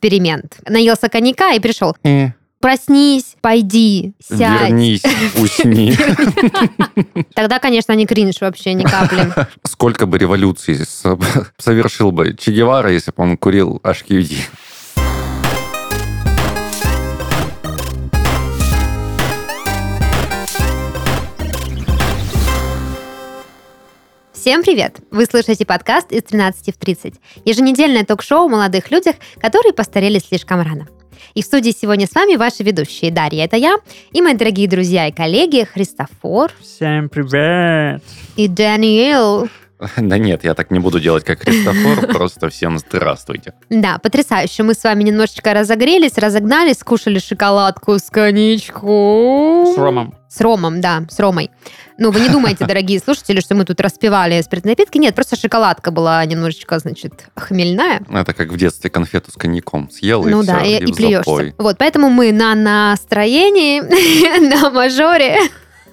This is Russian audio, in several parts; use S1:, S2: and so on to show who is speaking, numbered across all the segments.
S1: эксперимент. Наелся коньяка и пришел.
S2: Э,
S1: Проснись, пойди, сядь.
S2: Вернись, усни.
S1: Тогда, конечно, не кринж вообще ни капли.
S2: Сколько бы революций со- совершил бы Че Гевара, если бы он курил HQD?
S1: Всем привет! Вы слушаете подкаст из 13 в 30. Еженедельное ток-шоу о молодых людях, которые постарели слишком рано. И в студии сегодня с вами ваши ведущие Дарья, это я, и мои дорогие друзья и коллеги Христофор
S3: Всем привет!
S1: и Даниил.
S2: Да нет, я так не буду делать, как Христофор, просто всем здравствуйте.
S1: Да, потрясающе. Мы с вами немножечко разогрелись, разогнались, скушали шоколадку с коньячком.
S3: С Ромом.
S1: С Ромом, да, с Ромой. Ну, вы не думайте, дорогие слушатели, что мы тут распевали спиртные напитки. Нет, просто шоколадка была немножечко, значит, хмельная.
S2: Это как в детстве конфету с коньяком съел, и
S1: ну
S2: все,
S1: да, и, и
S2: в
S1: плюешься.
S2: запой.
S1: Вот, поэтому мы на настроении, на мажоре.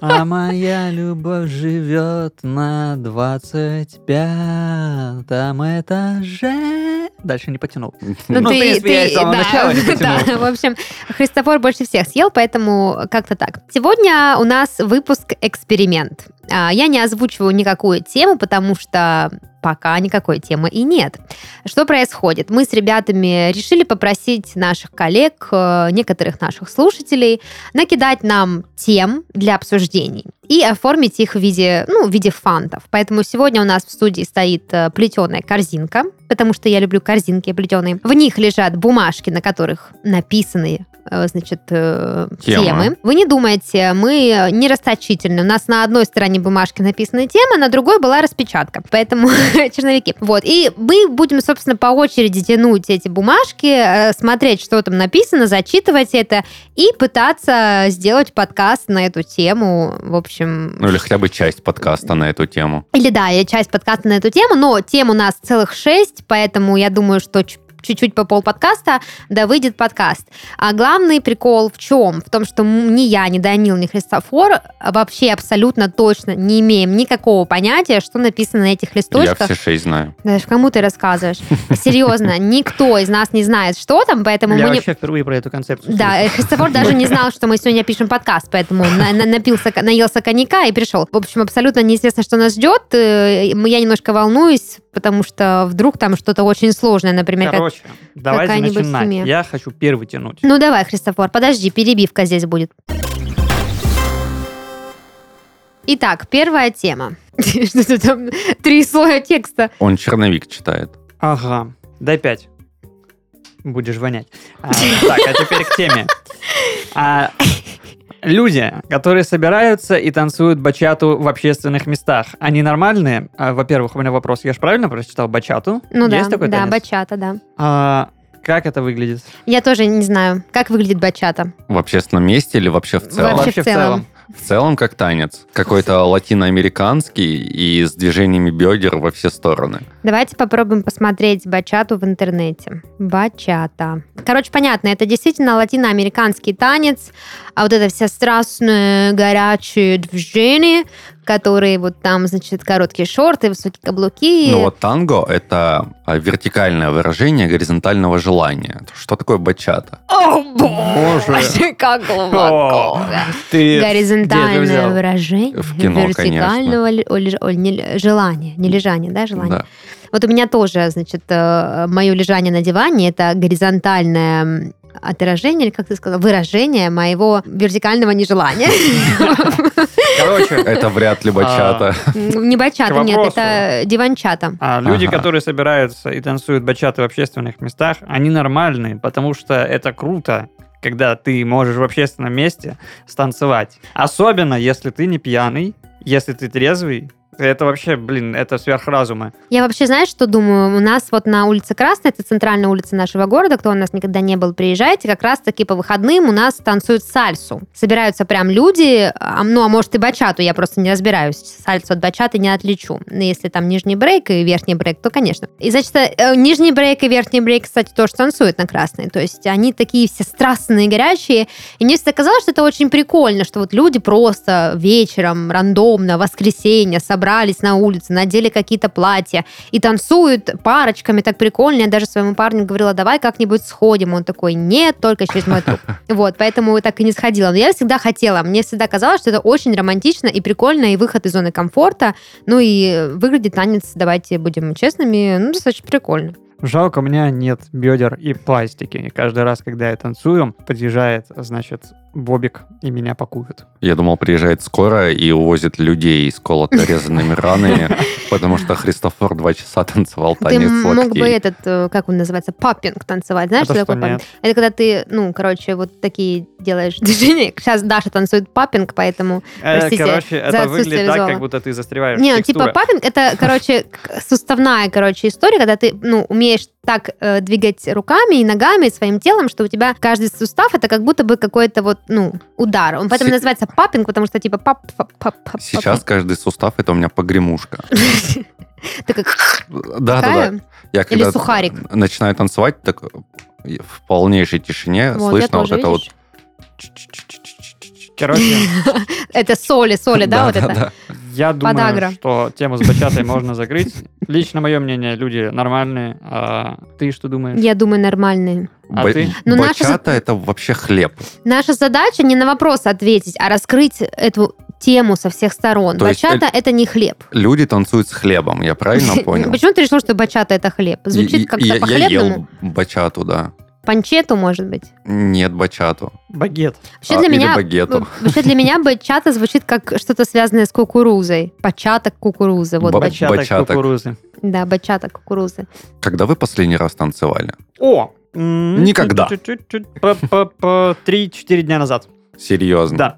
S3: А моя любовь живет на двадцать пятом этаже. Дальше не потянул. Ну, в принципе, я и с самого начала не
S1: да,
S3: потянул.
S1: в общем, Христофор больше всех съел, поэтому как-то так. Сегодня у нас выпуск «Эксперимент». А, Я не озвучиваю никакую тему, потому что пока никакой темы и нет. Что происходит? Мы с ребятами решили попросить наших коллег, э, некоторых наших слушателей, накидать нам тем для обсуждений и оформить их в виде, ну, в виде фантов. Поэтому сегодня у нас в студии стоит э, плетеная корзинка, потому что я люблю корзинки плетеные. В них лежат бумажки, на которых написаны э, значит, э,
S2: Тема.
S1: темы. Вы не думайте, мы не расточительны. У нас на одной стороне бумажки написана тема, на другой была распечатка. Поэтому черновики. Вот. И мы будем, собственно, по очереди тянуть эти бумажки, э, смотреть, что там написано, зачитывать это и пытаться сделать подкаст на эту тему. В общем...
S2: Ну или хотя бы часть подкаста на эту тему.
S1: Или да, я часть подкаста на эту тему, но тем у нас целых шесть, поэтому я думаю, что ч- чуть-чуть по полподкаста, да выйдет подкаст. А главный прикол в чем? В том, что м- ни я, ни Данил, ни Христофор вообще абсолютно точно не имеем никакого понятия, что написано на этих листочках.
S2: Я все шесть знаю.
S1: Знаешь, кому ты рассказываешь? Серьезно, никто из нас не знает, что там, поэтому
S3: Я
S1: мы не...
S3: вообще впервые про эту концепцию.
S1: Да, э, Христофор даже не знал, что мы сегодня пишем подкаст, поэтому он на- на- напился, ко- наелся коньяка и пришел. В общем, абсолютно неизвестно, что нас ждет. Э, м- Я немножко волнуюсь, потому что вдруг там что-то очень сложное, например. как-
S3: Короче, давайте
S1: какая-нибудь
S3: начинать.
S1: химия.
S3: Я хочу первый тянуть.
S1: Ну давай, Христофор, подожди, перебивка здесь будет. Итак, первая тема. Что-то там три слоя текста.
S2: Он черновик читает.
S3: Ага. Дай пять. Будешь вонять. А, так, а теперь к теме. А, люди, которые собираются и танцуют бачату в общественных местах, они нормальные? А, во-первых, у меня вопрос. Я же правильно прочитал бачату?
S1: Ну да,
S3: Есть такой
S1: да,
S3: танец?
S1: бачата, да.
S3: А, как это выглядит?
S1: Я тоже не знаю, как выглядит бачата.
S2: В общественном месте или вообще в целом?
S1: Вообще в целом.
S2: В целом как танец. Какой-то латиноамериканский и с движениями бедер во все стороны.
S1: Давайте попробуем посмотреть бачату в интернете. Бачата. Короче, понятно, это действительно латиноамериканский танец, а вот это все страстные, горячие движения, которые вот там, значит, короткие шорты, высокие каблуки.
S2: Ну вот танго – это а, вертикальное выражение горизонтального желания. Что такое бачата?
S1: О, боже, как глубоко.
S3: О, Ты где это
S1: Горизонтальное
S3: взял?
S1: выражение
S2: В кино,
S1: вертикального ли- о, леж- о, не ле- желания, не лежания, да, желания?
S2: Да.
S1: Вот у меня тоже, значит, мое лежание на диване это горизонтальное м, отражение, или как ты сказал, выражение моего вертикального нежелания.
S3: Короче, а,
S2: Это вряд ли бачата.
S1: Не бачата,
S3: К
S1: нет,
S3: вопросу.
S1: это диванчата.
S3: а, люди,
S2: Ага.
S3: которые собираются и танцуют бачаты в общественных местах, они нормальные, потому что это круто, когда ты можешь в общественном месте станцевать. Особенно, если ты не пьяный, если ты трезвый. Это вообще, блин, это сверхразумы.
S1: Я вообще, знаешь, что думаю? У нас вот на улице Красной, это центральная улица нашего города, кто у нас никогда не был, приезжайте, как раз-таки по выходным у нас танцуют сальсу. Собираются прям люди, а, ну, а может и бачату, я просто не разбираюсь. Сальсу от бачаты не отличу. Ну, Если там нижний брейк и верхний брейк, то, конечно. И, значит, э, нижний брейк и верхний брейк, кстати, тоже танцуют на Красной. То есть они такие все страстные, горячие. И мне всегда казалось, что это очень прикольно, что вот люди просто вечером, рандомно, в воскресенье собрались на улице, надели какие-то платья и танцуют парочками, так прикольно. Я даже своему парню говорила, давай как-нибудь сходим. Он такой, нет, только через мой труп. Вот, поэтому так и не сходила. Но я всегда хотела, мне всегда казалось, что это очень романтично и прикольно, и выход из зоны комфорта. Ну и выглядит танец, давайте будем честными, ну, достаточно прикольно.
S3: Жалко, у меня нет бедер и пластики. И каждый раз, когда я танцую, подъезжает, значит, Бобик и меня пакуют.
S2: Я думал, приезжает скорая и увозит людей с колото-резанными ранами, потому что Христофор два часа танцевал
S1: Ты
S2: танец
S1: м- мог бы
S2: локтей.
S1: этот, э, как он называется, паппинг танцевать. Знаешь,
S3: Это
S1: что
S3: что,
S1: такое паппинг?
S3: нет?
S1: Это когда ты, ну, короче, вот такие делаешь движения. Сейчас Даша танцует паппинг, поэтому...
S3: Э,
S1: Простите,
S3: Короче,
S1: за
S3: это
S1: отсутствие
S3: выглядит так,
S1: визуала.
S3: как будто ты
S2: Э,
S3: застреваешь
S1: Не,
S3: в
S1: ну,
S3: текстуры.
S1: типа паппинг, это, короче, к- суставная, короче, история, когда ты, ну, умеешь так э, двигать руками и ногами, и своим телом, что у тебя каждый сустав, это как будто бы какой-то вот, ну, удар. Он поэтому
S2: Се-
S1: называется паппинг, потому что, типа, пап пап пап пап
S2: Сейчас каждый сустав это у меня погремушка.
S1: Ты как...
S2: А, Да, да, да.
S1: такая.
S2: Я когда
S1: сухарик?
S2: Начинаю танцевать, так э, в полнейшей тишине
S1: Вот, я
S2: слышно вот
S1: тоже,
S2: это вот.
S1: видишь?
S3: Короче,
S1: Это соли, соли, да, вот это?
S2: да.
S3: я думаю,
S1: Подагра.
S3: что тему с бачатой можно закрыть. Лично мое мнение, люди нормальные. А ты что думаешь?
S1: Я думаю, нормальные.
S3: А
S2: Ба-
S3: ты?
S1: Ну, наша
S2: Бачата это вообще хлеб.
S1: Наша задача не на вопрос ответить, а раскрыть эту тему со всех сторон.
S2: То есть,
S1: бачата это не хлеб.
S2: Люди танцуют с хлебом, я правильно понял?
S1: Почему ты решил, что бачата это хлеб?
S2: И- и-
S1: Звучит
S2: я-
S1: как-то по
S2: Я
S1: хлебному.
S2: ел бачату, да.
S1: Панчету, может быть.
S2: Нет, бачату.
S3: Багет.
S1: Вообще
S2: А,
S1: для
S2: или
S1: меня
S2: багету.
S1: вообще для меня бачата звучит как что-то связанное с кукурузой. Бачата кукурузы. Вот,
S2: Ба-
S1: бач-
S3: Бачаток,
S2: бачаток.
S3: кукурузы.
S1: да, бачата кукурузы.
S2: Когда вы последний раз танцевали?
S3: О! м,
S2: Никогда.
S3: чуть-чуть-чуть, по- Три-четыре дня назад.
S2: Серьезно?
S3: Да.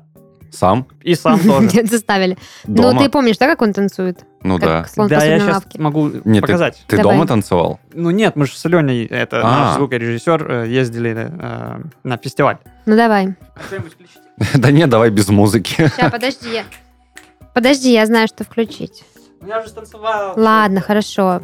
S2: Сам?
S3: И сам тоже.
S1: Нет, заставили. Ну,
S2: Дома?
S1: ты помнишь, да, как он танцует?
S2: Ну
S1: как
S2: да.
S1: слон
S3: да,
S1: посреди
S3: я
S1: на
S3: сейчас
S1: лавке.
S3: могу
S2: Нет,
S3: показать.
S2: Ты
S1: Давай.
S2: дома танцевал?
S3: Ну нет, мы же с Леней, это
S2: А.
S3: наш звукорежиссер, э, ездили э, на фестиваль.
S1: Ну, давай.
S2: Да нет, давай без музыки.
S1: Сейчас, подожди. я- Подожди, я знаю, что включить.
S3: Я же танцевал.
S1: Ладно, хорошо.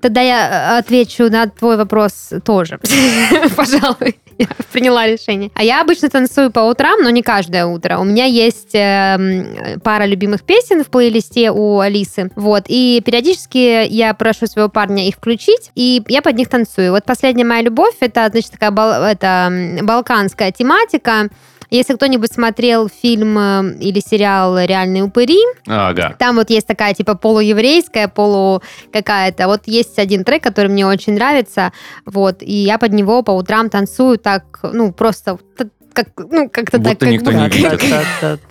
S1: Тогда я э, отвечу на твой вопрос тоже. Пожалуй, я приняла решение. А я обычно танцую по утрам, но не каждое утро. У меня есть эм, пара любимых песен в плейлисте у Алисы. Вот. И периодически я прошу своего парня их включить, и я под них танцую. Вот последняя моя любовь это, значит, такая бал- это, м, балканская тематика. Если кто-нибудь смотрел фильм э, или сериал «Реальные упыри»,
S2: Ага.
S1: там вот есть такая типа полуеврейская, полу какая-то. Вот есть один трек, который мне очень нравится, вот, и я под него по утрам танцую так, ну, просто т- как, ну, как-то
S2: Будто
S1: так. как
S2: никто не
S1: будто-
S2: видит.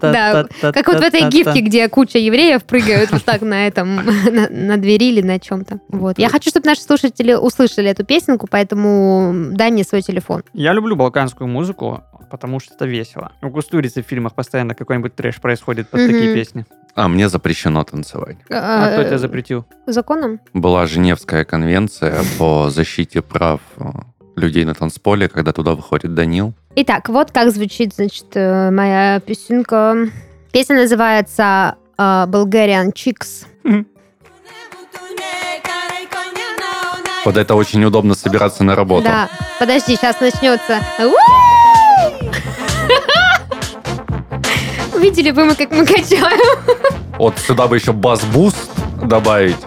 S1: Да, Как вот в этой гифке, где куча евреев прыгают вот так на этом, на, на двери или на чем-то. Вот. Я хочу, чтобы наши слушатели услышали эту песенку, поэтому дай мне свой телефон.
S3: Я люблю балканскую музыку, потому что это весело. У Кустурицы в фильмах постоянно какой-нибудь трэш происходит под такие
S1: Мгм.
S3: песни.
S2: А мне запрещено танцевать.
S3: А кто тебя
S1: Э,
S3: запретил?
S1: Законом?
S2: Была Женевская конвенция по защите прав э, людей на танцполе, когда туда выходит Данил.
S1: Итак, вот как звучит, значит, э, моя песенка. Песня называется э, Bulgarian Chicks.
S2: Под это очень удобно собираться на работу.
S1: Да, подожди, сейчас начнется. Видели бы мы, как мы качаем?
S2: Вот сюда бы еще бас-буст добавить.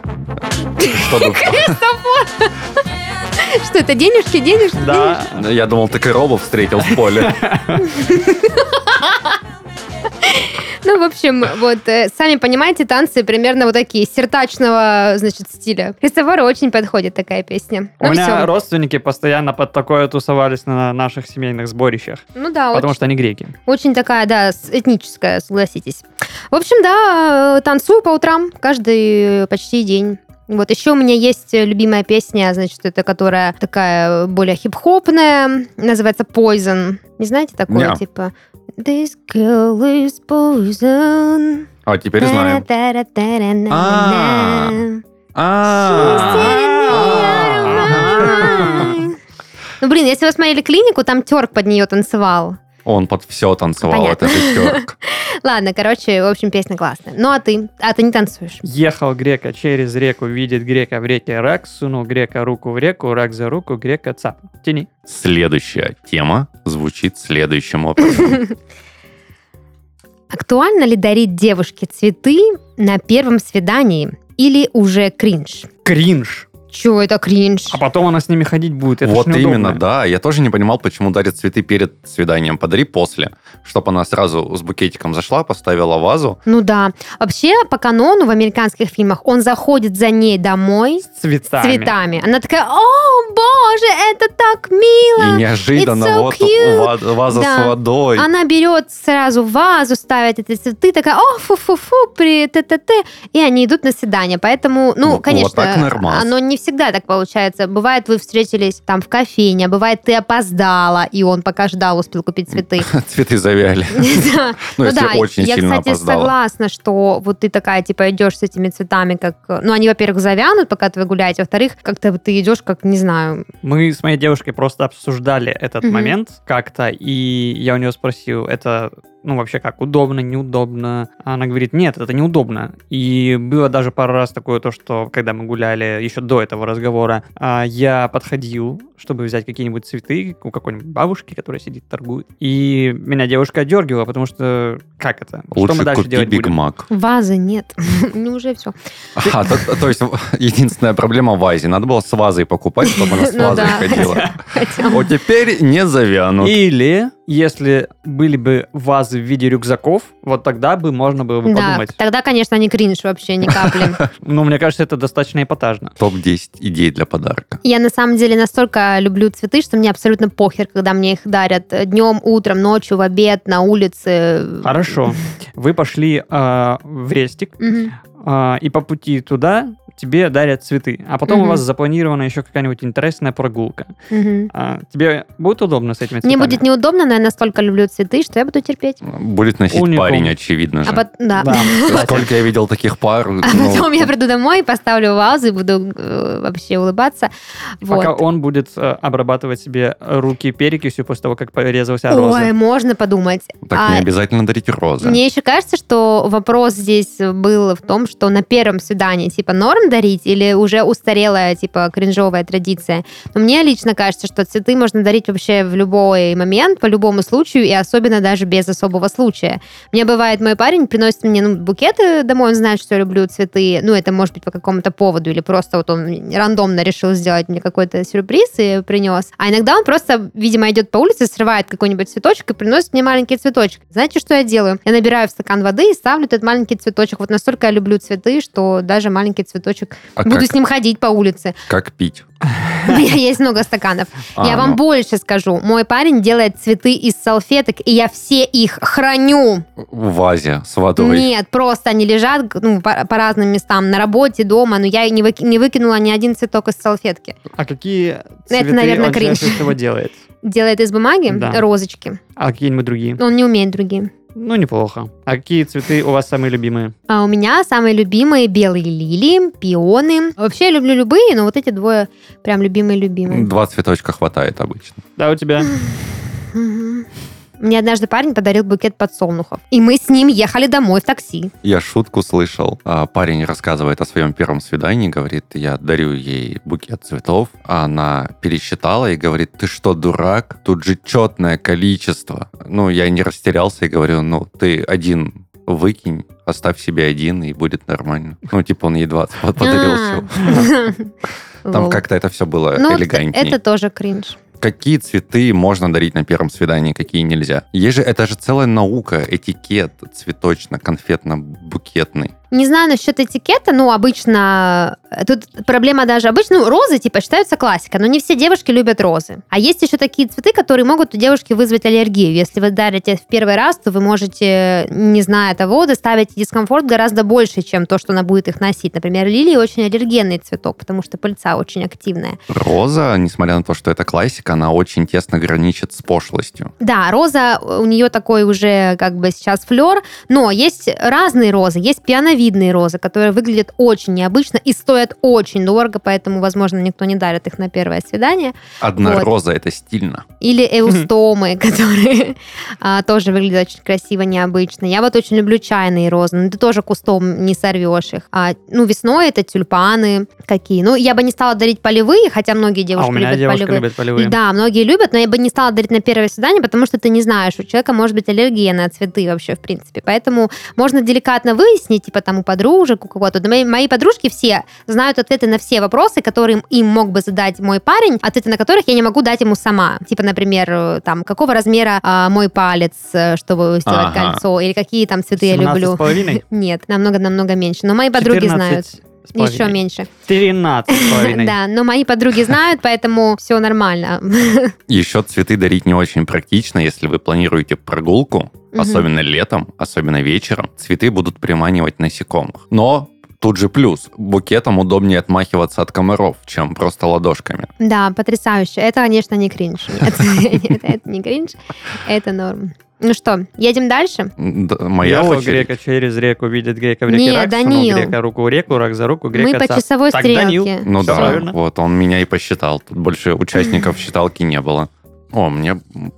S2: Чтобы...
S1: Что это, денежки, денежки? денежки?
S3: Да.
S2: Я думал, ты корову встретил в поле.
S1: Ну, в общем, вот, э, сами понимаете, танцы примерно вот такие, сертачного, значит, стиля. Христофору очень подходит такая песня.
S3: У
S1: Ну,
S3: меня
S1: весёлая.
S3: родственники постоянно под такое тусовались на наших семейных сборищах,
S1: Ну да, очень.
S3: потому что они греки.
S1: Очень такая, да, с- этническая, согласитесь. В общем, да, э, танцую по утрам каждый э, почти день. Вот еще у меня есть э, любимая песня, значит, это которая такая э, более хип-хопная, называется Poison. Не знаете такое,
S2: Не.
S1: типа This girl is poison.
S2: А, теперь знаем.
S1: Та-ра-та-ра-на-на-на.
S2: А.
S1: She's
S2: А.
S1: standing in your mind. Ну, блин, если вы смотрели клинику, там терк под нее танцевал.
S2: Он под все танцевал,
S1: Понятно.
S2: это пятерка.
S1: Ладно, короче, в общем, песня классная. Ну, а ты? А ты не танцуешь?
S3: Ехал грека через реку, видит грека в реке рак, сунул грека руку в реку, рак за руку, грека цап. Тяни.
S2: Следующая тема звучит следующим образом.
S1: А, Актуально ли дарить девушке цветы на первом свидании или уже кринж?
S3: Кринж.
S1: Чё это кринж?
S3: А потом она с ними ходить будет. Это ж
S2: вот
S3: неудобно.
S2: именно, да. Я тоже не понимал, почему дарят цветы перед свиданием. Подари после, чтобы она сразу с букетиком зашла, поставила вазу.
S1: Ну да. Вообще, по канону в американских фильмах он заходит за ней домой
S3: С цветами.
S1: цветами. Она такая, о, боже, это так мило.
S2: И неожиданно
S1: It's so
S2: вот
S1: cute.
S2: ва- ваза
S1: Да.
S2: с водой.
S1: Она берет сразу вазу, ставит эти цветы, такая, о, фу-фу-фу, при т-т-т, и они идут на свидание. Поэтому, ну,
S2: Вот-
S1: конечно,
S2: вот так нормас.
S1: оно не всегда так получается. Бывает, вы встретились там в кофейне, а бывает, ты опоздала, и он пока ждал, успел купить цветы.
S2: Цветы завяли.
S1: Да.
S2: Ну,
S1: Ну
S2: если
S1: да,
S2: Ну, очень
S1: я,
S2: сильно
S1: кстати,
S2: опоздала.
S1: согласна, что вот ты такая, типа, идешь с этими цветами, как... Ну, они, во-первых, завянут, пока ты гуляете, во-вторых, как-то вот ты идешь, как, не знаю...
S3: Мы с моей девушкой просто обсуждали этот
S1: Мгм.
S3: момент как-то, и я у нее спросил, это, ну, вообще как, удобно, неудобно? А Она говорит, нет, это неудобно. И было даже пару раз такое то, что, когда мы гуляли еще до этого разговора, а, я подходил, чтобы взять какие-нибудь цветы у какой-нибудь бабушки, которая сидит, торгует, и меня девушка отдергивала, потому что, как это? что мы
S2: Лучше
S3: дальше
S2: купи
S3: делать
S2: Биг
S3: будем?
S2: Мак.
S1: Вазы нет. Ну, уже все.
S2: А, то, то есть единственная проблема в вазе. Надо было с вазой покупать, чтобы она с
S1: Ну
S2: вазой
S1: да.
S2: ходила. Вот теперь не завянут.
S3: Или, если были бы вазы в виде рюкзаков, вот тогда бы можно было бы
S1: Да,
S3: подумать.
S1: тогда, конечно, не кринж вообще ни капли.
S3: Ну, мне кажется, это достаточно эпатажно.
S2: Топ-10 идей для подарка.
S1: Я на самом деле настолько люблю цветы, что мне абсолютно похер, когда мне их дарят днем, утром, ночью, в обед, на улице.
S3: Хорошо. Вы пошли а, в рестик,
S1: Мгм.
S3: а, и по пути туда тебе дарят цветы. А потом у
S1: Мгм.
S3: вас запланирована еще какая-нибудь интересная прогулка.
S1: Мгм.
S3: А, тебе будет удобно с этими цветами?
S1: Мне будет неудобно, но я настолько люблю цветы, что я буду терпеть.
S2: Будет носить
S3: Уникум.
S2: парень, очевидно
S1: А
S2: же.
S1: пот- да.
S3: Да.
S2: Сколько я видел таких пар.
S1: А
S2: ну,
S1: потом я приду домой, поставлю вазу и буду э, вообще улыбаться. Вот.
S3: Пока он будет э, обрабатывать себе руки перекисью после того, как порезался
S1: Ой,
S3: роза.
S1: можно подумать.
S2: Так не
S1: А,
S2: обязательно дарить розы.
S1: Мне еще кажется, что вопрос здесь был в том, что на первом свидании типа норм дарить или уже устарелая типа кринжовая традиция. Но мне лично кажется, что цветы можно дарить вообще в любой момент, по любому случаю и особенно даже без особого случая. Мне бывает, мой парень приносит мне ну, букеты домой, он знает, что я люблю цветы. Ну, это может быть по какому-то поводу или просто вот он рандомно решил сделать мне какой-то сюрприз и принес. А иногда он просто, видимо, идет по улице, срывает какой-нибудь цветочек и приносит мне маленький цветочек. Знаете, что я делаю? Я набираю в стакан воды и ставлю этот маленький цветочек. Вот настолько я люблю цветы, что даже маленький цветочек...
S2: А
S1: Буду
S2: как,
S1: с ним ходить по улице.
S2: как пить?
S1: У меня есть много стаканов.
S2: А,
S1: я вам
S2: ну,
S1: больше скажу. Мой парень делает цветы из салфеток, и я все их храню.
S2: ну, В вазе с водой.
S1: Нет, просто они лежат г- ну, по, по разным местам, на работе, дома, но я и не, выки- не выкинула ни один цветок из салфетки.
S3: А какие цветы
S1: Ну, наверное,
S3: он
S1: кринж.
S3: чаще всего делает?
S1: Делает из бумаги
S3: Да.
S1: розочки.
S3: А какие-нибудь другие?
S1: Он не умеет другие.
S3: Ну, неплохо. А какие цветы у вас самые любимые?
S1: А у меня самые любимые белые лилии, пионы. Вообще я люблю любые, но вот эти двое прям любимые-любимые.
S2: Два цветочка хватает обычно.
S3: Да, у тебя?
S1: Мгм. Мне однажды парень подарил букет подсолнухов. И мы с ним ехали домой в такси.
S2: Я шутку слышал. А, Парень рассказывает о своем первом свидании, говорит, я дарю ей букет цветов, а она пересчитала и говорит, ты что, дурак? Тут же четное количество. Ну, я не растерялся и говорю, ну, ты один выкинь, оставь себе один, и будет нормально. Ну, типа он ей 20 вот подарил всего.
S1: А.
S2: Там
S1: Лол.
S2: как-то это все было
S1: Ну,
S2: элегантнее.
S1: это тоже кринж.
S2: Какие цветы можно дарить на первом свидании, какие нельзя? Есть же, это же целая наука, этикет цветочно-конфетно-букетный.
S1: Не знаю насчет этикета, ну, обычно... э, Тут проблема даже обычно... Ну, розы, типа, считаются классика, но не все девушки любят розы. А есть еще такие цветы, которые могут у девушки вызвать аллергию. Если вы дарите в первый раз, то вы можете, не зная того, доставить дискомфорт гораздо больше, чем то, что она будет их носить. Например, лилии очень аллергенный цветок, потому что пыльца очень активная.
S2: Роза, несмотря на то, что это классика, она очень тесно граничит с пошлостью.
S1: Да, роза, э, у нее такой уже как бы сейчас флер, но есть разные розы. Есть пиановита, безвидные розы, которые выглядят очень необычно и стоят очень дорого, поэтому, возможно, никто не дарит их на первое свидание.
S2: Одна
S1: Вот.
S2: роза это стильно.
S1: Или эустомы, которые а, тоже выглядят очень красиво, необычно. Я вот очень люблю чайные розы, но ты тоже кустом не сорвешь их. А, ну, весной это тюльпаны какие. Ну, я бы не стала дарить полевые, хотя многие девушки
S3: а у меня
S1: любят
S3: девушка
S1: полевые.
S3: любит полевые.
S1: Да, многие любят, но я бы не стала дарить на первое свидание, потому что ты не знаешь, у человека может быть аллергия на цветы вообще, в принципе. Поэтому можно деликатно выяснить, типа там у подружек, у кого-то. Да Мои, мои подружки все знают ответы на все вопросы, которые им- им мог бы задать мой парень, ответы на которых я не могу дать ему сама. Типа, например, э, там, какого размера а, мой палец, э, чтобы сделать
S2: Ага.
S1: кольцо, или какие там цветы я
S3: 17
S1: люблю.
S3: с половиной?
S1: Нет, намного-намного меньше. Но мои подруги
S3: 14
S1: знают.
S3: с половиной.
S1: Еще меньше.
S3: 13 с половиной.
S1: Да, но мои подруги знают, поэтому все нормально.
S2: Еще цветы дарить не очень практично, если вы планируете прогулку,
S1: Мгм.
S2: особенно летом, особенно вечером. Цветы будут приманивать насекомых. Но тут же плюс. Букетом удобнее отмахиваться от комаров, чем просто ладошками.
S1: Да, потрясающе. Это, конечно, не кринж. Это, это- это не кринж, это норм. Ну что, едем дальше?
S2: М, да, моя
S3: Ехал
S2: очередь.
S3: грека через реку, видит грека в реке
S1: Не,
S3: рак, сунул
S1: Данил.
S3: грека руку в реку, рак за руку, грека
S1: Мы по
S3: цап.
S1: часовой
S3: Так, Данил.
S1: стрелке.
S2: Ну
S3: Всё
S2: да,
S3: правильно.
S2: вот он меня и посчитал. Тут больше участников считалки не было. О, мне м,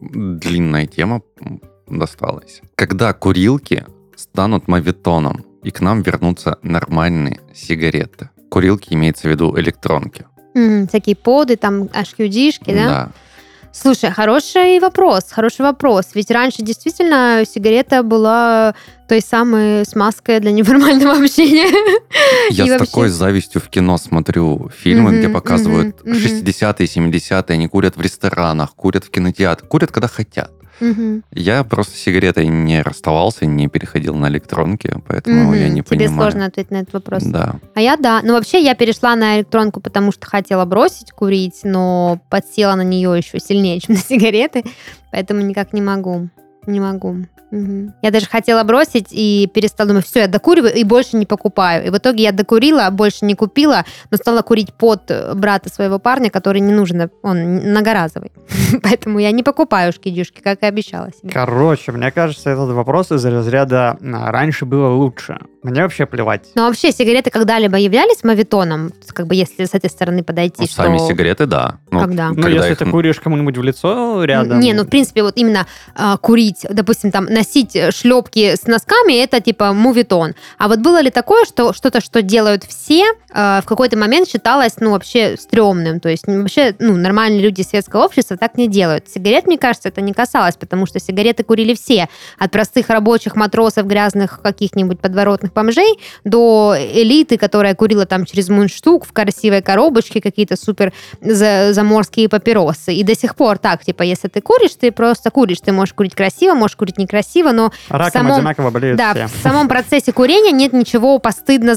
S2: длинная тема м, досталась. Когда курилки станут мавитоном, и к нам вернутся нормальные сигареты. Курилки имеется в виду электронки.
S1: М, Всякие поды, там, HQD-шки, да? Слушай, хороший вопрос, хороший вопрос. Ведь раньше действительно сигарета была той самой смазкой для неформального общения.
S2: Я
S1: И
S2: с
S1: вообще-
S2: такой завистью в кино смотрю фильмы,
S1: Мгм,
S2: где показывают
S1: мгм, мгм.
S2: 60-е, 70-е, они курят в ресторанах, курят в кинотеатре, курят, когда хотят.
S1: Мгм.
S2: Я просто с сигаретой не расставался, не переходил на электронки, поэтому
S1: Мгм.
S2: я не
S1: Тебе
S2: понимаю.
S1: сложно ответить на этот вопрос.
S2: Да.
S1: А я да. Ну, вообще, я перешла на электронку, потому что хотела бросить курить, но подсела на нее еще сильнее, чем на сигареты, поэтому никак не могу. Не могу. Мгм. Я даже хотела бросить и перестала думать, все, я докуриваю и больше не покупаю. И в итоге я докурила, больше не купила, но стала курить под э, брата своего парня, который не нужен, он многоразовый. Поэтому я не покупаю шкидюшки, как и обещала себе.
S3: Короче, мне кажется, этот вопрос из разряда «а, «раньше было лучше». Мне вообще плевать.
S1: Но Ну, а вообще сигареты когда-либо являлись мавитоном? Как бы если с этой стороны подойти,
S2: Ну,
S1: что...
S2: сами сигареты, да. Ну,
S1: Когда? Ну,
S3: Ну, если
S2: их-
S3: ты куришь кому-нибудь в лицо рядом...
S1: Не, ну, в принципе, вот именно а, курить, допустим, там, носить э, шлепки с носками, это типа мувитон. А вот было ли такое, что что-то, что делают все, а, в какой-то момент считалось, ну, вообще стрёмным? То есть, ну, вообще, ну, нормальные люди светского общества так не делают. Сигарет, мне кажется, это не касалось, потому что сигареты курили все. От простых рабочих матросов, грязных каких-нибудь подворотных бомжей до элиты, которая курила там через мундштук в красивой коробочке какие-то супер за- заморские папиросы. И до сих пор так, типа, если ты куришь, ты просто куришь. Ты можешь курить красиво, можешь курить некрасиво, но
S3: Раком
S1: самом-
S3: одинаково болеют
S1: да,
S3: все.
S1: в самом процессе курения нет ничего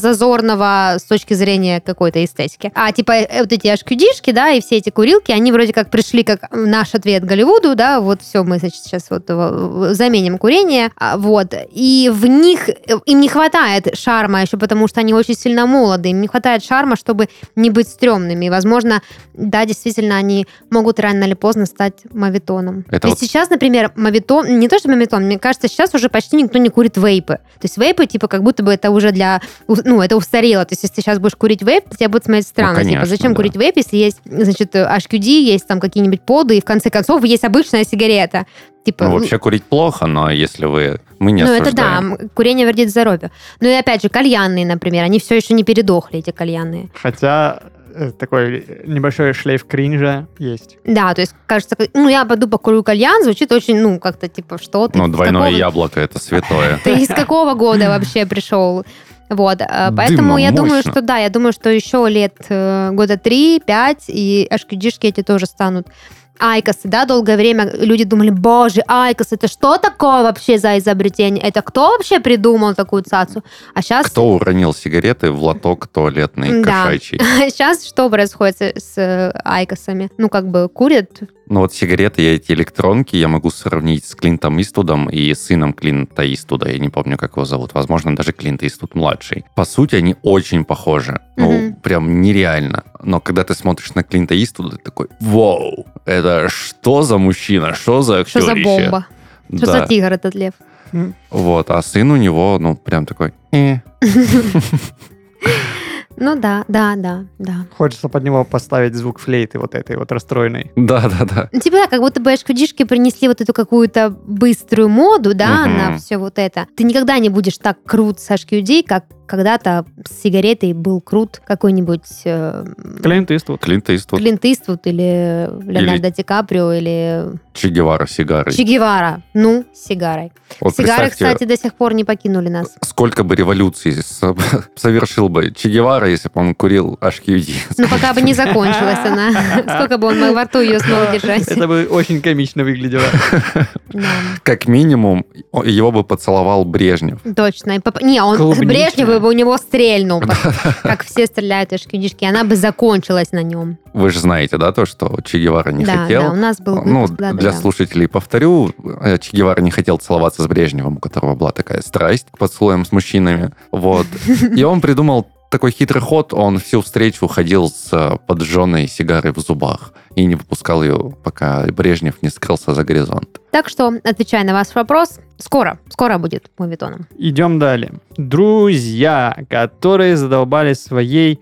S1: постыдно-зазорного с точки зрения какой-то эстетики. А типа э, вот эти ашкюдишки, да, и все эти курилки, они вроде как пришли как наш ответ Голливуду, да, вот все, мы, значит, сейчас вот э, в- заменим курение, а, вот. И в них, э, им не хватает шарма еще, потому что они очень сильно молоды, им не хватает шарма, чтобы не быть стрёмными. И, возможно, да, действительно, они могут рано или поздно стать мавитоном.
S2: Это
S1: Ведь
S2: вот-
S1: сейчас, например, мавитон, не то что мавитон, мне кажется, сейчас уже почти никто не курит вейпы. То есть вейпы, типа, как будто бы это уже для, ну, это устарело. То есть если ты сейчас будешь курить вейп, тебя будут смотреть странно.
S2: Ну, конечно,
S1: типа, зачем
S2: да.
S1: курить вейп, если есть, значит, HQD, есть там какие-нибудь поды, и в конце концов есть обычная сигарета. Типа,
S2: Ну, вообще курить плохо, но если вы... Мы не
S1: ну, это да,
S2: осуждаем.
S1: м, курение вредит здоровью. Ну и опять же, кальянные, например, они все еще не передохли, эти кальянные.
S3: Хотя э, такой небольшой шлейф кринжа есть.
S1: Да, то есть, кажется, как- ну, я пойду покурю кальян, звучит очень, ну, как-то типа, что ты?
S2: Ну,
S1: из
S2: двойное
S1: какого-
S2: яблоко это святое.
S1: Ты из какого года вообще пришел? Вот, э,
S2: Дымом
S1: поэтому я думаю,
S2: мощно.
S1: что да, я думаю, что еще лет э, года 3-5, и ашкидишки эти тоже станут. Айкосы, да, долгое время люди думали, боже, Айкос, это что такое вообще за изобретение? Это кто вообще придумал такую цацу? А сейчас...
S2: Кто уронил сигареты в лоток туалетный
S1: Да.
S2: кошачий?
S1: Сейчас что происходит с, с, э, айкосами? Ну, как бы курят.
S2: Ну вот сигареты и эти электронки я могу сравнить с Клинтом Иствудом и сыном Клинта Иствуда. Я не помню, как его зовут. Возможно, даже Клинт Иствуд младший. По сути, они очень похожи. Ну,
S1: Мгм.
S2: прям нереально. Но когда ты смотришь на Клинта Иствуда, ты такой, вау, это что за мужчина, что за
S1: Что
S2: актерище?
S1: за бомба? Что
S2: Да.
S1: за тигр этот лев?
S2: Вот, а сын у него, ну, прям такой... «Э».
S1: Ну да, да, да, да.
S3: Хочется под него поставить звук флейты вот этой вот расстроенной.
S2: Да-да-да.
S1: Ну, Типа да, как будто бы HQD-шки принесли вот эту какую-то быструю моду, да,
S2: Мгм.
S1: на все вот это. Ты никогда не будешь так крут с HQD, как когда-то с сигаретой был крут какой-нибудь э,
S3: Клиент Иствуд.
S2: Клинт Иствуд,
S1: Клинт Иствуд или Леонардо Ди Каприо или
S2: Че Гевара с сигарой.
S1: Че Гевара. Ну, с сигарой.
S2: Вот
S1: Сигары,
S2: представьте,
S1: кстати, до сих пор не покинули нас.
S2: сколько бы революций со- совершил бы Че Гевара, если бы он курил HQD.
S1: Ну, пока бы не закончилась она. Сколько бы он мог во рту ее снова держать.
S3: Это бы очень комично выглядело.
S1: Да.
S2: Как минимум, о- его бы поцеловал Брежнев.
S1: Точно. И поп- Не, он
S3: Клубничная.
S1: Брежнева бы у него стрельнул, как- как все стреляют из шкюдишки. Она бы закончилась на нем.
S2: Вы же знаете, да, то, что Че Гевара не
S1: да,
S2: хотел.
S1: да, у нас был
S2: Ну,
S1: выпуск, да, да,
S2: для
S1: да.
S2: слушателей повторю, э, Че Гевара не хотел целоваться с Брежневым, у которого была такая страсть к поцелуям с мужчинами. Вот. И он придумал такой хитрый ход, он всю встречу ходил с э, поджженной сигарой в зубах и не выпускал ее, пока Брежнев не скрылся за горизонт.
S1: Так что, отвечая на ваш вопрос, скоро, скоро будет мувитоном.
S3: Идем далее. Друзья, которые задолбали своей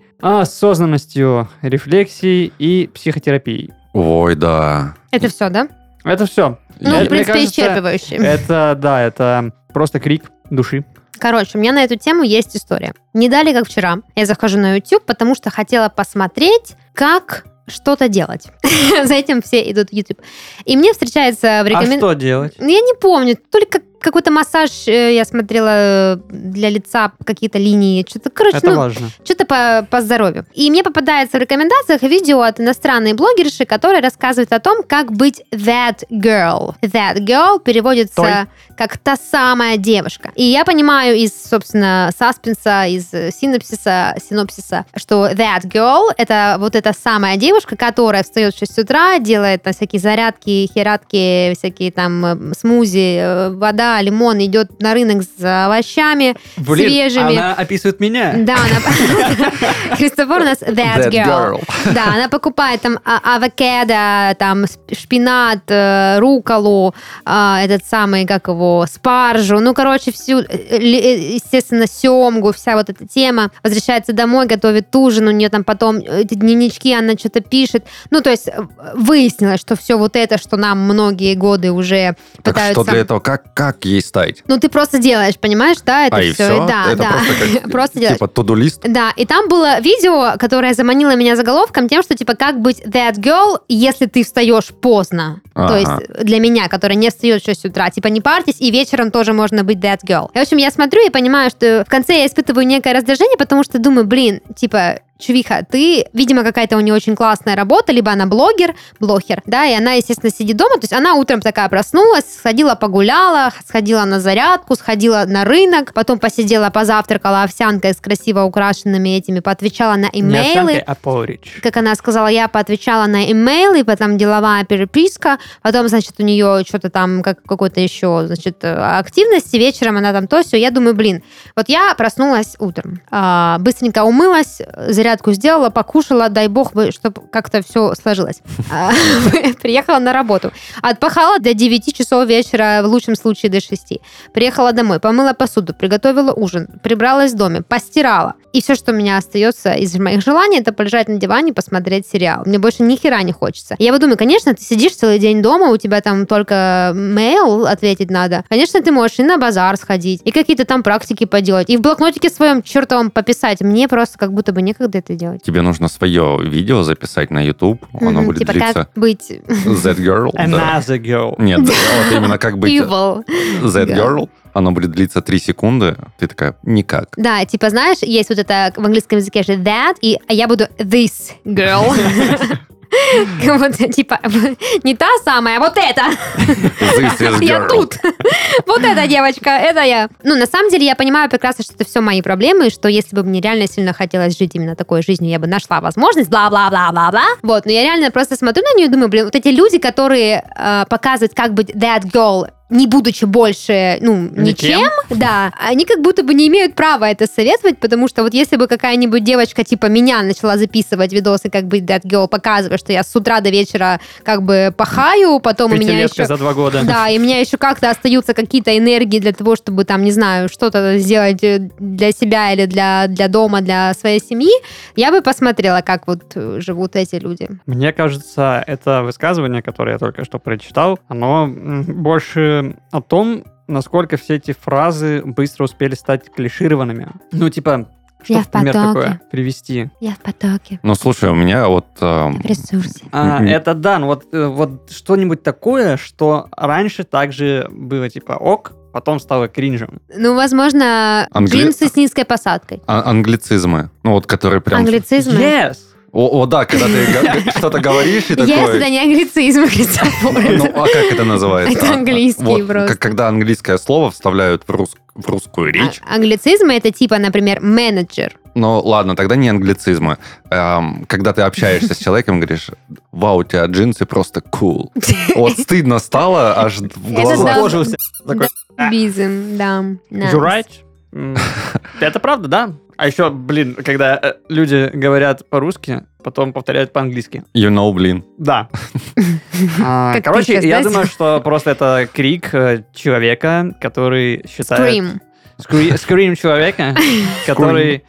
S3: осознанностью, рефлексией и психотерапией.
S2: Ой, да.
S1: Это все, да?
S3: Это все.
S1: Ну,
S2: Я-
S3: мне
S1: в принципе,
S3: кажется, э,
S1: исчерпывающе.
S3: Это, да, это просто крик души.
S1: Короче, у меня на эту тему есть история. Не дали, как вчера. Я захожу на YouTube, потому что хотела посмотреть, как что-то делать. За этим все идут в YouTube. И мне встречается в
S3: А
S1: рекомен-
S3: что делать?
S1: Ну, я не помню. То ли как- какой-то массаж э, я смотрела э, для лица, какие-то линии. Что-то, короче,
S3: Это
S1: ну,
S3: важно.
S1: что-то по, по здоровью. И мне попадается в рекомендациях видео от иностранной блогерши, которая рассказывает о том, как быть that girl. That girl переводится как та самая девушка. И я понимаю из, собственно, саспенса, из э, синапсиса, синопсиса, что that girl — это вот эта самая девушка, которая встает в 6 утра, делает там всякие зарядки, хератки, всякие там э, смузи, э, вода, лимон, идет на рынок за овощами,
S3: Блин, а
S1: свежими.
S3: она описывает меня.
S1: Да, она... Христофор у нас that, girl. Да, она покупает там а- авокадо, там сп- шпинат, э, руколу, а, этот самый, как его, спаржу. Ну, короче, всю, э, э, ли- э, естественно, семгу, вся вот эта тема. Возвращается домой, готовит ужин, у нее там потом э, эти дневнички, она что-то пишет. Ну, то есть э, выяснилось, что все вот это, что нам многие годы уже
S2: Так
S1: пытаются...
S2: что для этого, как, как ей стать?
S1: Ну, ты просто делаешь, понимаешь, да, это
S2: а
S1: все.
S2: и все?
S1: Да,
S2: это
S1: да.
S2: просто как,
S1: Просто делаешь.
S2: типа, тудулист?
S1: Да, и там было видео, которое заманило меня заголовком тем, что типа как быть that girl, если ты встаешь поздно. То
S2: Ага.
S1: есть для меня, которая не встает в 6 утра, типа не парьтесь, и вечером тоже можно быть that girl. И, в общем, я смотрю и понимаю, что в конце я испытываю некое раздражение, потому что думаю, блин, типа, Чувиха, ты, видимо, какая-то у нее очень классная работа, либо она блогер, блогер, да, и она, естественно, сидит дома, то есть она утром такая проснулась, сходила погуляла, сходила на зарядку, сходила на рынок, потом посидела, позавтракала овсянкой с красиво украшенными этими, поотвечала на
S3: Не овсянкой,
S1: имейлы.
S3: а поридж.
S1: Как она сказала, я поотвечала на имейлы, потом деловая переписка, потом, значит, у нее что-то там, как какой-то еще, значит, э, активности, вечером она там то все. Я думаю, блин, вот я проснулась утром, а, быстренько умылась, э, зарядку сделала, покушала, дай бог бы, чтобы как-то все сложилось. А, Приехала на работу, отпахала до 9 часов вечера, в лучшем случае до 6. Приехала домой, помыла посуду, приготовила ужин, прибралась в доме, постирала. И все, что у меня остается из моих желаний, это полежать на диване, посмотреть сериал. Мне больше ни хера не хочется. Я вот думаю, конечно, ты сидишь целый день дома, у тебя там только мейл ответить надо. Конечно, ты можешь и на базар сходить, и какие-то там практики поделать, и в блокнотике своем чертовом пописать. Мне просто как будто бы некогда это делать.
S2: Тебе нужно свое видео записать на YouTube, оно
S1: Мгм,
S2: будет
S1: типа,
S2: длиться.
S1: как быть
S2: That girl. да.
S3: Another girl.
S2: Нет, да, вот именно как быть
S1: evil.
S2: that
S1: Да.
S2: girl, оно будет длиться 3 секунды, ты такая, никак.
S1: Да, типа, знаешь, есть вот это в английском языке же that, и я буду this girl. Вот, типа, не та самая, а вот эта.
S2: This is
S1: Я
S2: girl.
S1: тут. Вот эта девочка, это я. Ну, на самом деле, я понимаю прекрасно, что это все мои проблемы, и что если бы мне реально сильно хотелось жить именно такой жизнью, я бы нашла возможность, бла-бла-бла-бла-бла. Вот, но я реально просто смотрю на нее и думаю, блин, вот эти люди, которые э, показывают, как быть that girl не будучи больше, ну, ничем,
S3: Никем?
S1: да, они как будто бы не имеют права это советовать, потому что вот если бы какая-нибудь девочка типа меня начала записывать видосы, как бы Dead Girl показывая, что я с утра до вечера как бы пахаю, потом у меня
S3: Пятилетка
S1: еще...
S3: за два года.
S1: Да, и у меня еще как-то остаются какие-то энергии для того, чтобы там, не знаю, что-то сделать э, для себя или для, для дома, для своей семьи. Я бы посмотрела, как вот э, живут эти люди.
S3: Мне кажется, это высказывание, которое я только что прочитал, оно м, больше о том, насколько все эти фразы быстро успели стать клишированными. Ну, типа, что,
S1: Я в
S3: например,
S1: потоке.
S3: такое привести?
S1: Я в потоке,
S2: Ну, слушай, у меня вот... эм,
S1: в ресурсе.
S3: А,
S2: Мгм.
S3: это да, ну вот, э, вот что-нибудь такое, что раньше также было типа ок, потом стало кринжем.
S1: Ну, возможно,
S2: Англи-
S1: джинсы с низкой посадкой.
S2: а- англицизмы. Ну, вот которые прям...
S1: Англицизм?
S3: Yes!
S2: О, о, да, когда ты га- что-то говоришь и
S1: Если это
S2: такой...
S1: не англицизм, Христофор.
S2: Ну, а как это называется?
S1: Это английский
S2: Вот,
S1: просто.
S2: как- Когда английское слово вставляют в рус- в русскую речь,
S1: А- Англицизм это типа, например, менеджер.
S2: Ну, ладно, тогда не англицизмы. Эм, когда ты общаешься с человеком, говоришь, вау, у тебя джинсы просто cool. Вот стыдно стало, аж в
S1: да.
S2: глаза.
S3: Закожился. Такой,
S1: Бизм, да. nice.
S3: You right? М, Это правда, да? А еще, блин, когда э, люди говорят по-русски, потом повторяют по-английски.
S2: You know, блин.
S3: Да. А,
S1: Как
S3: Короче,
S1: пичка,
S3: я
S1: знаете?
S3: думаю, что просто это крик э, человека, который считает...
S1: Scream.
S3: Скри- Скрим человека, который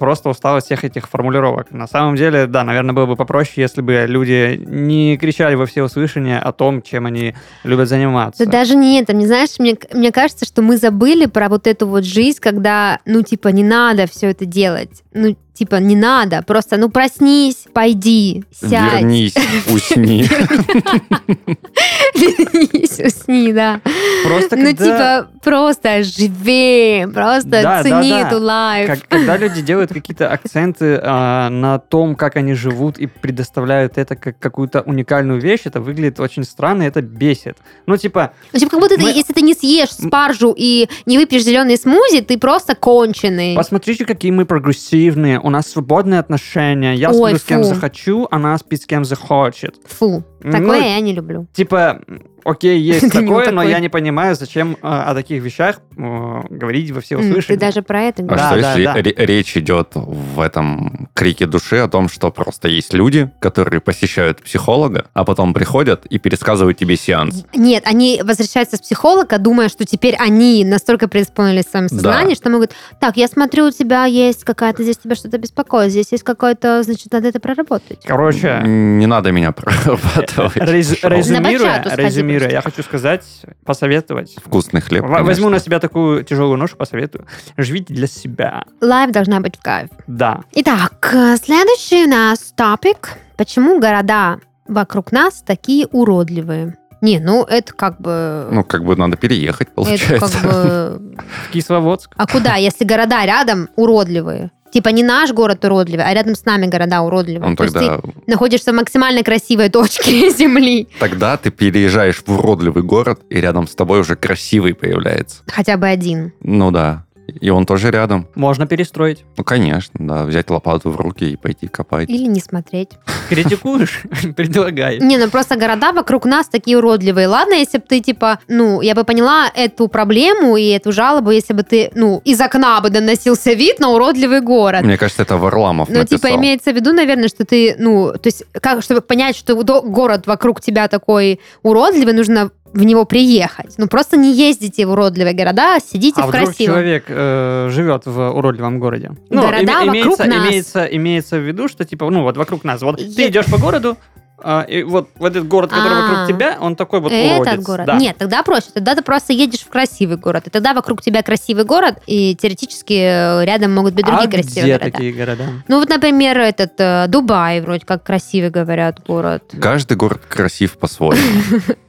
S3: просто устал от всех этих формулировок. На самом деле, да, наверное, было бы попроще, если бы люди не кричали во все услышания о том, чем они любят заниматься.
S1: Да даже не это, мне знаешь, мне, мне кажется, что мы забыли про вот эту вот жизнь, когда, ну, типа, не надо все это делать. Ну, типа, не надо. Просто, ну, проснись, пойди, сядь.
S2: Вернись, усни.
S1: Вернись, усни, да.
S3: Просто
S1: Ну,
S3: когда-
S1: типа, просто живи, просто
S3: Да, да,
S1: цени
S3: да.
S1: эту лайф.
S3: Как- когда люди делают какие-то акценты а, на том, как они живут и предоставляют это как какую-то уникальную вещь, это выглядит очень странно, и это бесит. Ну, типа,
S1: Ну, типа, как будто ты,
S3: Мы-
S1: если ты не съешь спаржу и не выпьешь зеленый смузи, ты просто конченый.
S3: посмотрите, какие мы прогрессивные, у нас свободные отношения, я
S1: Ой,
S3: сплю с кем
S1: фу.
S3: захочу, она спит с кем захочет.
S1: Фу,
S3: Ну,
S1: такое я не люблю.
S3: Типа, м, окей, есть
S1: Ты не
S3: такое, но
S1: такой.
S3: я не понимаю, зачем а, о таких вещах а, говорить во все
S1: М, Ты
S3: услышания.
S1: даже про это
S2: А
S1: говоришь.
S3: Да,
S2: что
S3: да,
S2: если
S3: да.
S2: ре- речь идет в этом крике души о том, что просто есть люди, которые посещают психолога, а потом приходят и пересказывают тебе сеанс?
S1: Нет, они возвращаются с психолога, думая, что теперь они настолько преисполнились в своем
S2: Да.
S1: сознании, что могут, так, я смотрю, у тебя есть какая-то, здесь тебя что-то беспокоит, здесь есть какое-то, значит, надо это проработать.
S3: Короче,
S2: Не надо меня ну, прорабатывать.
S3: рез-
S2: Пошел.
S3: резюмируя,
S1: бачату сходи
S3: резюмируя,
S1: просто.
S3: я хочу сказать, посоветовать.
S2: Вкусный хлеб,
S3: Во- Возьму
S2: конечно.
S3: на себя такую тяжелую ношу, посоветую. Живите для себя.
S1: Лайф должна быть в кайф.
S3: Да.
S1: Итак, э, следующий у нас топик. Почему города вокруг нас такие уродливые? Не, ну это как бы...
S2: Ну, как бы надо переехать,
S1: это
S2: Ну, получается.
S1: как бы...
S3: В Кисловодск.
S1: А куда, если города рядом уродливые? Типа не наш город уродливый, а рядом с нами города уродливые.
S2: Он
S1: То есть ты
S2: Ну, тогда,
S1: находишься в максимально красивой точке земли.
S2: тогда ты переезжаешь в уродливый город, и рядом с тобой уже красивый появляется.
S1: Хотя бы один.
S2: Ну да. И он тоже рядом.
S3: Можно перестроить.
S2: Ну, конечно, да. Взять лопату в руки и пойти копать.
S1: Или не смотреть.
S3: Критикуешь? Предлагай.
S1: Не, ну просто города вокруг нас такие уродливые. Ладно, если бы ты, типа, ну, я бы поняла эту проблему и эту жалобу, если бы ты, ну, из окна бы доносился вид на уродливый город.
S2: Мне кажется, это Варламов
S1: Ну,
S2: написал.
S1: типа, имеется в виду, наверное, что ты, ну, то есть, как, чтобы понять, что до- город вокруг тебя такой уродливый, нужно в него приехать. Ну, просто не ездите в уродливые города, а сидите
S3: А
S1: в
S3: вдруг
S1: красивом.
S3: человек э, живет в уродливом городе? Ну,
S1: Города вокруг
S3: имеется,
S1: нас.
S3: Имеется, имеется в виду, что типа, ну вот вокруг нас. Вот
S1: Е-
S3: ты идешь по городу, а, и вот, вот этот город, который
S1: А.
S3: вокруг тебя, он такой вот
S1: Этот
S3: уродец.
S1: город.
S3: Да.
S1: Нет, тогда проще. Тогда ты просто едешь в красивый город. И тогда вокруг тебя красивый город, и теоретически э, рядом могут быть другие
S3: а
S1: красивые
S3: где
S1: города.
S3: такие города?
S1: Ну вот, например, этот э, Дубай вроде как красивый, говорят, город.
S2: Каждый город красив по-своему.